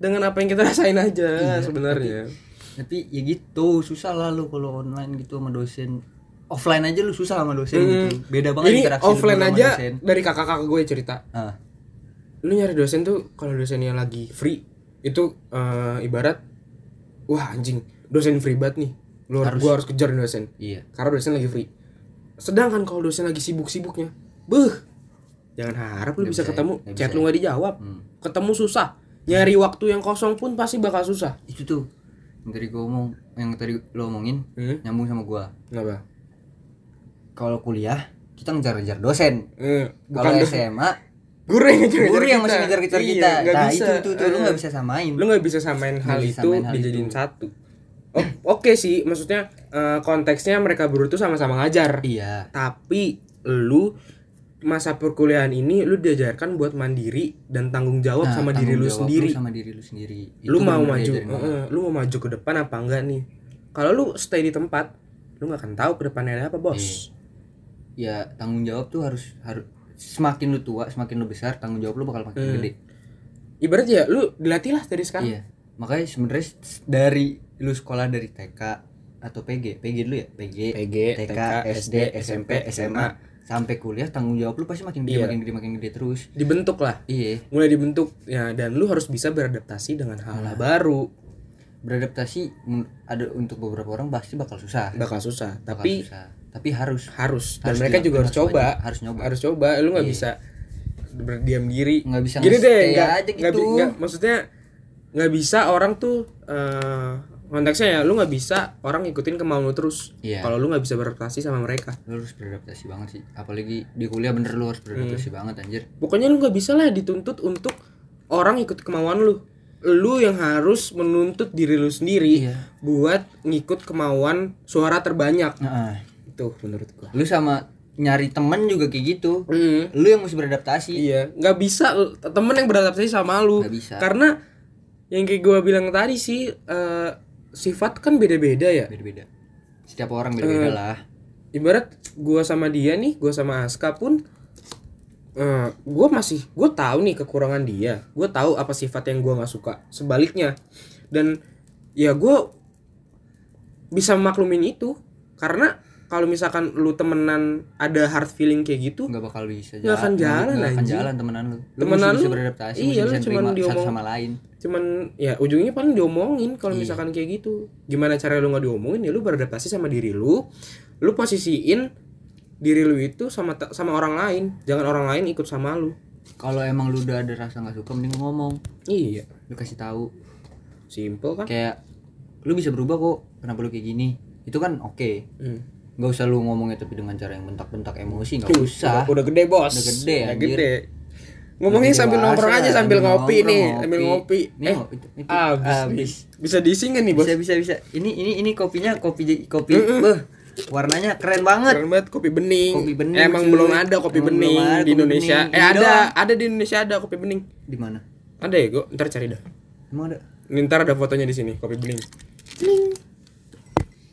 dengan apa yang kita rasain aja sebenarnya
Tapi ya gitu, susah lah lu kalau online gitu sama dosen. Offline aja lu susah sama dosen gitu. Beda banget
ini
interaksi lu
offline
sama
aja
dosen.
dari kakak-kakak gue cerita
Ah,
lu nyari dosen tuh kalau dosennya lagi free itu eh, ibarat wah anjing dosen free banget nih lu harus gua harus kejar nih dosen
iya.
karena dosen lagi free sedangkan kalau dosen lagi sibuk-sibuknya beuh jangan harap lu bisa, ya. Hmm. ketemu chat lu nggak dijawab ketemu susah nyari waktu yang kosong pun pasti bakal susah
Itu tuh yang tadi gue omong, yang tadi lo omongin
Hmm?
nyambung sama gua.
kenapa
Kalau kuliah kita ngejar-ngejar dosen.
Eh,
Kalau
bukan dosen
SMA
guru yang ngejar
guru yang masih ngejar-ngejar kita.
Iya, nggak
Nah,
bisa. Iya.
itu tuh, tuh, lu nggak bisa samain.
lu nggak bisa samain hal
bisa
itu
samain hal
dijadiin satu Oh, oke sih maksudnya eh, konteksnya mereka berdua tuh sama-sama ngajar
Iya.
tapi lu masa perkuliahan ini lu diajarkan buat mandiri dan tanggung jawab
Nah,
sama
tanggung
diri lu
jawab
sendiri
sama diri lu sendiri. Itu
lu mau
bener-bener
maju
diajarin banget.
eh, lu mau maju ke depan apa enggak nih kalau lu stay di tempat lu nggak akan tahu ke depannya ada apa
Iya.
bos
Ya, tanggung jawab tuh harus harus semakin lu tua, semakin lu besar, tanggung jawab lu bakal makin
Hmm.
gede.
ibarat ya lu dilatih lah dari sekarang
Iya. Makanya sebenarnya s- dari lu sekolah dari TK atau PG, PG dulu ya, PG,
PG,
TK, SD, SMP, SMA sampai kuliah tanggung jawab lu pasti makin gede,
Iya.
makin gede, makin gede terus.
dibentuk lah
Iya.
mulai dibentuk ya dan lu harus bisa beradaptasi dengan hal
Nah.
hal baru
Beradaptasi men- ada untuk beberapa orang pasti bakal susah.
bakal susah
Bakal
tapi
susah. tapi harus
harus dan
Harus dilakuin,
mereka juga harus
harus
coba
wajib, harus nyoba.
harus coba lu nggak
Iya.
bisa berdiam diri
nggak bisa
gini deh
nge-stay
nggak
aja
nggak bi-
gitu.
nggak- maksudnya nggak bisa orang tuh eh, konteksnya ya lu nggak bisa orang ngikutin kemauan lu terus
Iya.
kalau lu nggak bisa beradaptasi sama mereka
lu harus beradaptasi banget sih apalagi di kuliah bener lu harus beradaptasi
Hmm.
banget anjir
pokoknya lu nggak bisa lah dituntut untuk orang ikut kemauan lu lu yang harus menuntut diri lu sendiri
Iya.
buat ngikut kemauan suara terbanyak
Heeh.
itu menurut gua
lu sama nyari temen juga kayak gitu
Mm,
lu yang mesti beradaptasi
iya nggak bisa l- temen yang beradaptasi sama lu
Nggak bisa.
karena yang kayak gua bilang tadi sih eh, sifat kan beda-beda ya
beda-beda setiap orang
Eh.
beda-beda lah
ibarat gua sama dia nih gua sama Aska pun eh, gua masih gua tahu nih kekurangan dia gua tahu apa sifat yang gua nggak suka sebaliknya dan ya gua bisa maklumin itu karena kalau misalkan lu temenan ada hard feeling kayak gitu
nggak bakal bisa
Nggak akan jalan,
nggak akan
anjing.
jalan temenan lu lu
Temenan
mesti bisa
lu-
beradaptasi
iya, lu
mesti bisa
cuman
terima satu
diomong-
sama lain
cuman ya ujungnya paling diomongin kalau misalkan kayak gitu gimana cara lu nggak diomongin ya lu beradaptasi sama diri lu lu posisiin diri lu itu sama ta- sama orang lain jangan orang lain ikut sama lu
kalau emang lu udah ada rasa nggak suka mending lu ngomong
iya
lu kasih tahu
simple kan
kayak lu bisa berubah kok kenapa lu kayak gini itu kan oke
Hmm.
nggak usah lu ngomongnya tapi dengan cara yang bentak-bentak emosi nggak
Tuh,
usah
udah, udah gede bos
Udah gede,
udah
anjir.
gede ngomongnya
Lebih
sambil
dewasa,
nongkrong aja sambil ngopi
nongkrong,
nih sambil ngopi
Nih,
eh
ngopi. Itu- itu-
abis,
abis.
nih. bisa diisi nggak nih bos
bisa bisa bisa ini ini ini kopinya kopi j- kopi beuh, warnanya keren banget
Keren banget kopi bening.
Kopi bening,
Emang
cuy.
belum ada kopi
Emang
bening
belum ada
di
kopi
Indonesia.
bening.
Eh
Ini
ada,
doang.
ada di Indonesia ada kopi bening.
di mana
Ada ya, gua ntar cari dah.
emang ada
Ini ntar ada fotonya di sini, kopi bening.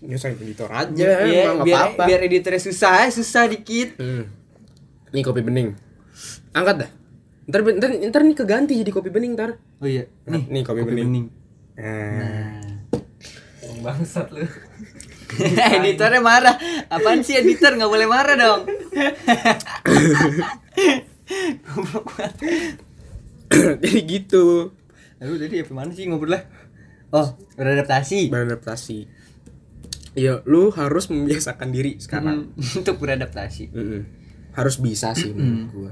Nyusahin editor aja,
Iya,
Ya, emang nggak
biar
apa-apa.
biar editornya susah susah dikit
Hmm. Nih kopi bening. Angkat dah. Ntar, ntar, ntar nih keganti jadi kopi bening ntar.
oh iya nih
Nah, Nih, kopi bening. Eh,
Oh. bangsat lu
Nah. editornya marah apaan sih editor nggak boleh marah dong Goblok banget.
jadi gitu.
Aduh, jadi apa mana sih ngobrol lah? Oh, beradaptasi.
Beradaptasi. ya lu harus membiasakan diri sekarang
Mm, untuk beradaptasi
Mm-mm. harus bisa sih menurut gua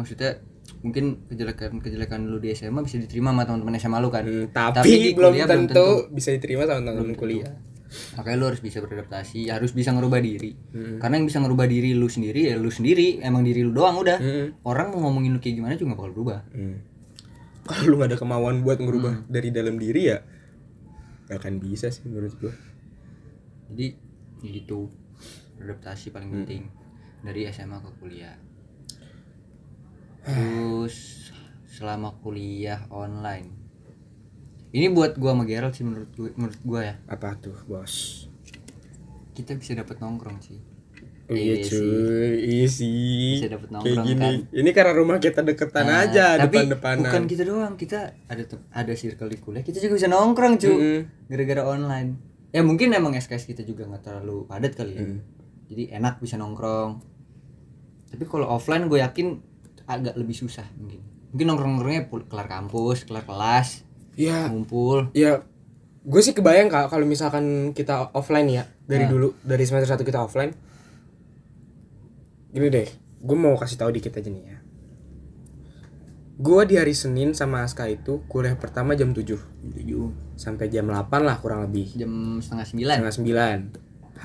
maksudnya mungkin kejelekan kejelekan lu di SMA bisa diterima sama teman-teman SMA lu kan
Mm,
Tapi di
tapi, belum,
kuliah belum
tentu bisa diterima sama teman-teman kuliah
makanya lu harus bisa beradaptasi harus bisa ngerubah diri
Hmm.
karena yang bisa ngerubah diri lu sendiri ya lu sendiri emang diri lu doang udah
Mm-mm.
orang mau ngomongin lu kayak gimana juga gak bakal berubah
Mm. kalau lu gak ada kemauan buat
Mm.
ngerubah dari dalam diri ya gak akan bisa sih menurut gua
jadi ya gitu adaptasi
Hmm.
paling penting dari SMA ke kuliah terus selama kuliah online ini buat gua sama Gerald sih menurut gua, menurut gua ya
apa tuh bos
kita bisa dapat nongkrong sih
Oh iya
Iya
cuy, iya sih.
Bisa dapet
Kayak
nongkrong, kan?
gini. Ini karena rumah kita deketan
Nah,
aja
tapi
depan-depanan.
bukan gitu doang kita ada tem- ada circle di kuliah kita juga bisa nongkrong cu
Mm-mm.
gara-gara online ya mungkin emang SKS kita juga nggak terlalu padat kali ya jadi enak bisa nongkrong tapi kalau offline gue yakin agak lebih susah mungkin mungkin nongkrong-nongkrongnya pul- kelar kampus kelar kelas
Ya,
ngumpul
ya gue sih kebayang kak kalau misalkan kita offline ya dari
Nah.
dulu dari semester satu kita offline. Gini deh, gue mau kasih tahu dikit aja nih ya. Gue di hari Senin sama Aska itu kuliah pertama jam 7 sampai jam 8 lah kurang lebih.
jam setengah sembilan
Setengah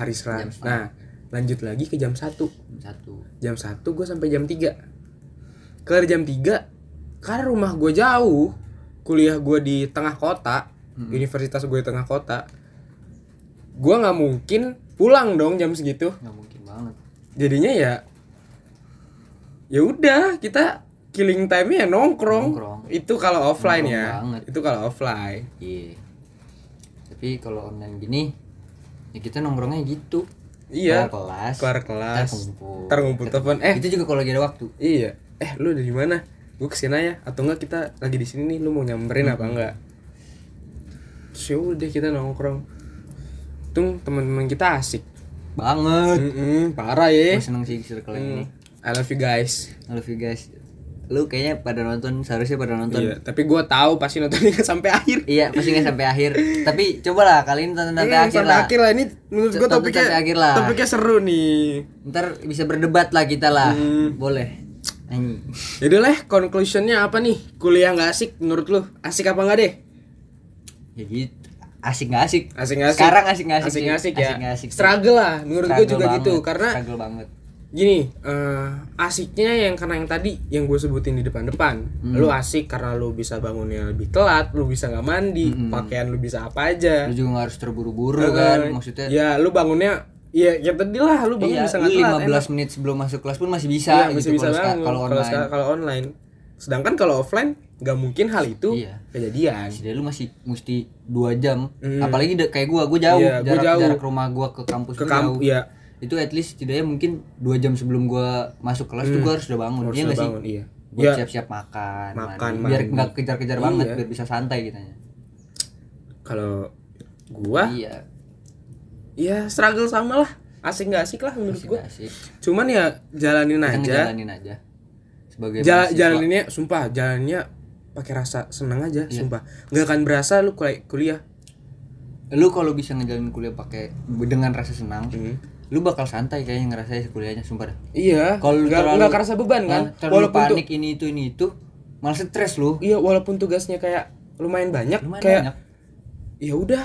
9 hari
Jam
Selasa.
setengah.
Nah, lanjut lagi ke jam 1.
jam satu
jam 1 gue sampai jam 3 kelar jam 3 karena rumah gue jauh kuliah gue di tengah kota
Hmm.
universitas gue di tengah kota gue nggak mungkin pulang dong jam segitu
nggak mungkin banget
jadinya ya ya udah kita killing time nya nongkrong.
Nongkrong.
itu kalau offline
Nongkrong
ya
banget.
itu kalau offline
iya tapi kalau online gini ya kita nongkrongnya gitu kelar
iya
kelas
kelar kelas
Ntar ngumpul.
ntar ngumpul telepon eh
itu juga kalau lagi ada waktu
Iya. Eh, lu dari mana? Gue kesini ya. Atau enggak kita lagi di sini nih, lu mau nyamperin
Hmm.
apa enggak? Terus ya udah kita nongkrong. Tung teman-teman kita asik.
banget
Mm-mm, parah ya.
gue seneng sih circle ini
Mm. I love you guys.
I love you guys lu kayaknya pada nonton seharusnya pada nonton
Iya, tapi gue tahu pasti nontonnya nggak sampai akhir.
iya pasti nggak sampai akhir tapi cobalah kali ini tonton sampai
Hmm,
akhir
sampai
lah
akhir lah ini menurut gue
Tonton
topiknya
sampai akhir lah.
topiknya seru nih.
ntar bisa berdebat lah kita lah
Hmm.
boleh Anjing.
Yaudah Ya lah, conclusionnya apa nih? Kuliah nggak asik menurut lu? Asik apa enggak deh?
ya gitu asik nggak asik
Asik nggak asik?
sekarang asik nggak asik
asik
sih.
asik ya.
asik nggak asik sih.
Struggle lah menurut gue
Struggle
juga gitu
banget,
karena
struggle banget
gini eh, asiknya yang karena yang tadi yang gue sebutin di depan-depan
Hmm.
lu asik karena lu bisa bangunnya lebih telat lu bisa nggak mandi pakaian lu bisa apa aja
lu juga nggak harus terburu-buru Hmm. kan maksudnya
ya lu bangunnya ya ya tadi lah lu bangun
iya,
bisa
lu
nggak telat
15 menit sebelum masuk kelas pun masih
enak.
bisa
Iya,
gitu
masih bisa
kalau ska-
bangun
kalau
kalau
online
ska- kalau online sedangkan kalau offline nggak mungkin hal itu
Iya.
kejadian
Jadi lu masih mesti dua jam,
Mm.
apalagi de- kayak gua, gua jauh,
Iya, gua
jarak,
jauh.
jarak rumah gua ke kampus
ke
gua jauh.
kampus ya
Itu at least setidaknya mungkin dua jam sebelum gua masuk kelas tuh gua harus udah bangun,
Hmm. harus
iya nggak sih?
bangun iya
Buat
Ya,
siap-siap makan,
Makan,
mandi. biar
mandi.
nggak kejar-kejar banget,
Iya.
biar bisa santai gitu kitanya.
kalau gua
Iya,
ya struggle sama lah asik nggak asik lah menurut
masih
gua
Iya. asik.
cuman ya jalanin
Kita
aja
ngejalanin aja. Sebagai
Jala-
mahasiswa.
jalaninnya sumpah jalannya pakai rasa seneng aja sumpah nggak akan berasa lu kuliah kuliah
Lu kalau bisa ngejalanin kuliah pakai dengan rasa senang,
Hmm.
lu bakal santai kayaknya ngerasain kuliahnya, sumpah dah.
iya
Kalau lu
nggak
terlalu-
nggak kerasa beban kan
Nah, terlalu
walaupun tu-
panik ini itu ini itu, malah stres lu.
iya walaupun tugasnya kayak lumayan banyak
Lumayan
kayak
banyak.
ya udah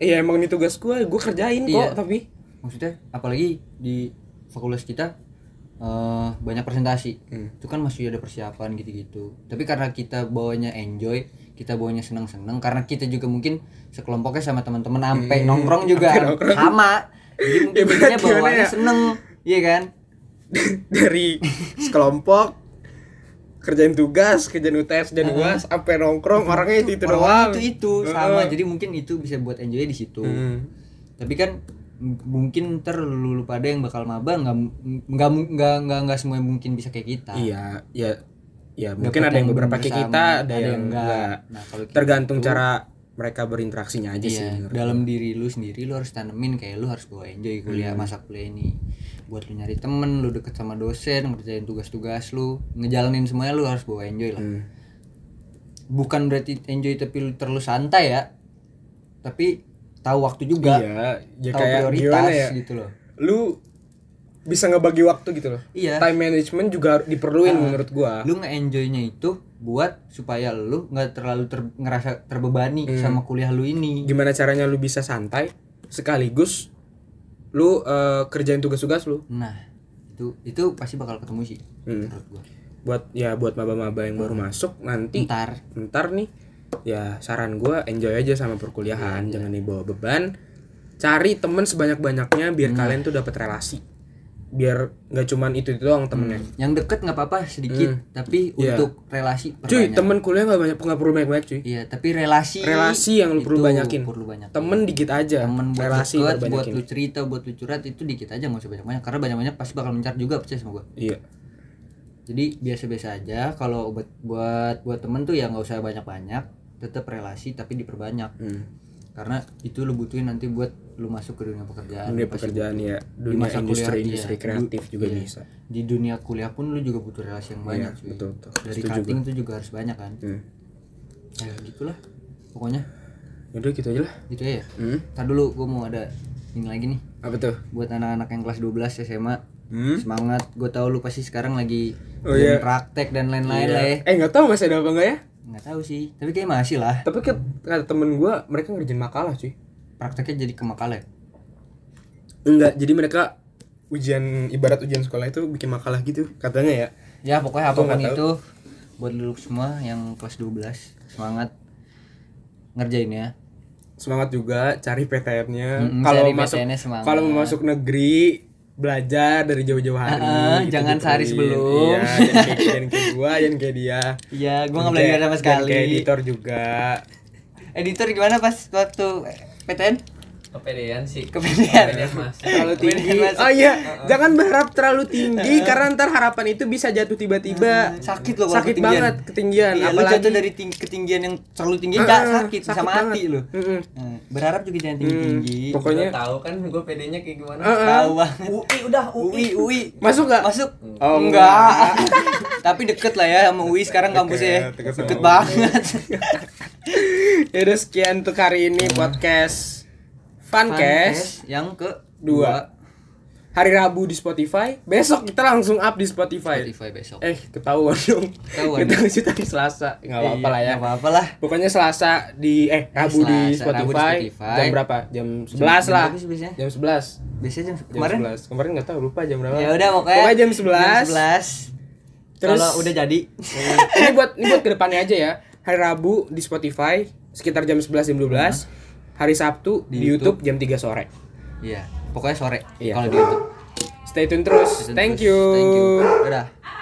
ya emang ini tugas gua gua kerjain
Iya.
kok tapi
maksudnya apalagi di fakultas kita eh, banyak presentasi
Hmm.
itu kan masih ada persiapan gitu-gitu tapi karena kita bawanya enjoy kita bawanya seneng-seneng karena kita juga mungkin sekelompoknya sama teman-teman sampai nongkrong juga
Hmm. sampai nongkrong.
sama jadi mungkin
Ya, berat
jadinya
gimana
bawaannya
ya?
seneng iya kan
dari sekelompok kerjain tugas kerjain UTS dan uas sampai nongkrong orangnya itu itu doang
itu itu sama jadi mungkin itu bisa buat enjoy di situ
Hmm.
tapi kan m- mungkin ntar lu, lu pada yang bakal maba nggak m- nggak mu- nggak nggak nggak semua yang mungkin bisa kayak kita
iya ya ya
Nggak
mungkin ada yang
bersama,
beberapa kayak kita ada, yang enggak
Nah, kalau kita
tergantung
gitu,
cara mereka berinteraksinya aja sih
iya,
menurut
dalam diri lu sendiri lu harus tanemin kayak lu harus bawa enjoy kuliah
Hmm.
masa kuliah ini buat lu nyari temen lu deket sama dosen ngerjain tugas-tugas lu ngejalanin semuanya lu harus bawa enjoy lah
Hmm.
bukan berarti enjoy tapi lu terlalu santai ya tapi tahu waktu juga
iya ya
tahu
kayak
prioritas
gimana ya
gitu loh
lu bisa ngebagi waktu gitu loh
Iya.
time management juga diperluin
Ah.
menurut gua
lu nge-enjoynya itu buat supaya lu nggak terlalu ter- ngerasa terbebani
Hmm.
sama kuliah lu ini
gimana caranya lu bisa santai sekaligus lu eh, kerjain tugas-tugas lu
nah itu itu pasti bakal ketemu sih
Hmm.
menurut gua
buat ya buat maba-maba yang
Hmm.
baru masuk nanti
ntar
ntar nih ya saran gua enjoy aja sama
Iya,
perkuliahan jangan dibawa beban cari temen sebanyak-banyaknya biar
Hmm.
kalian tuh dapat relasi biar nggak cuman itu itu doang temennya
yang deket nggak apa-apa sedikit tapi
Iya.
untuk relasi
cuy
perbanyak.
temen kuliah nggak banyak nggak perlu banyak-banyak cuy
iya tapi relasi
relasi yang lu perlu
itu
banyakin
perlu banyak
temen dikit
Iya.
aja
temen buat
relasi
deket,
perbanyakin.
buat lu cerita buat lu curhat itu dikit aja nggak usah banyak banyak karena banyak banyak pasti bakal mencar juga percaya sama gua
iya
jadi biasa-biasa aja kalau buat buat buat temen tuh ya nggak usah banyak banyak tetap relasi tapi diperbanyak
Hmm.
karena itu lu butuhin nanti buat lu masuk ke dunia pekerjaan
dunia
Pasti
pekerjaan
butuh.
ya dunia
masa kuliah,
industri
iya.
industri kreatif
Du-
juga
iya.
bisa
di dunia kuliah pun lu juga butuh relasi yang banyak
Iya,
cuy.
betul, betul.
dari
Setuju
cutting tuh juga harus banyak kan
hmm.
ya gitulah pokoknya
udah gitu aja lah
gitu ya
hmm.
Ntar dulu gue mau ada ini lagi nih
apa tuh
buat anak-anak yang kelas 12 SMA
hmm?
semangat gue tahu lu pasti sekarang lagi
Oh,
belum
iya.
praktek dan lain-lain lah ya
eh nggak tahu masih ada apa enggak ya
nggak tahu sih tapi kayak masih lah
tapi ke, kata temen gue mereka ngerjain makalah cuy
prakteknya jadi ke makalah ya?
enggak jadi mereka ujian ibarat ujian sekolah itu bikin makalah gitu katanya ya
ya pokoknya
Gua
apapun
nggak
itu buat lu semua yang kelas 12 semangat ngerjain ya
semangat juga cari PTN-nya
Mm-mm,
kalau
cari
masuk
PTN -nya semangat.
kalau mau masuk negeri belajar dari jauh-jauh hari
Ah, jangan sehari
gituin.
sebelum.
iya, jangan kayak, jangan kayak gua jangan kayak dia
iya gue nggak
Jangan
belajar sama
kayak- jangan
sekali
kayak editor juga
editor gimana pas waktu PTN
kepedean sih
Kepedean.
Iya.
masuk
terlalu tinggi
Kemudian masuk.
oh iya jangan berharap terlalu tinggi karena ntar harapan itu bisa jatuh tiba-tiba
sakit loh kalau
sakit
ketinggian.
banget ketinggian
Iya, lu
apalagi
jatuh dari ting- ketinggian yang terlalu tinggi
Ah,
nggak
ah,
sakit,
sakit
bisa mati
banget.
lu
Mm-mm.
Eh, berharap juga jangan tinggi tinggi
Hmm,
pokoknya
pokoknya
tahu kan gue pedenya kayak gimana
Ah, ah.
tahu banget
UI udah UI
UI UI
masuk nggak
masuk
Oh,
enggak tapi deket lah ya sama UI sekarang kampusnya ya.
deket sama
deket
UI.
banget
ya udah sekian untuk
Nah.
hari ini podcast Funcast
Fancast yang ke
Dua. hari Rabu di Spotify besok kita langsung up di
dua,
Spotify,
Spotify besok
eh ketahuan dong
Ketahuan. Iya,
kita ngisi tadi Selasa nggak apa-apa lah ya
Nggak apa-apa lah
pokoknya Selasa di eh Rabu di
Selasa, Rabu di
Spotify
Spotify.
jam berapa jam 11
jam
lah
berapa sih biasanya?
jam 11
ya. biasanya jam
Jam
kemarin
11. Kemarin nggak tahu lupa jam berapa.
ya udah pokoknya
Pokoknya jam 11. Terus-
kalau udah jadi
ini buat ini buat kedepannya aja ya. Hari Rabu di Spotify sekitar jam 11 jam 12. Hari Sabtu
Nah.
di,
Di
YouTube, jam 3 sore.
iya pokoknya sore
Iya.
kalau di YouTube
Stay tune terus.
Terus-
Thank
terus.
you.
thank you dadah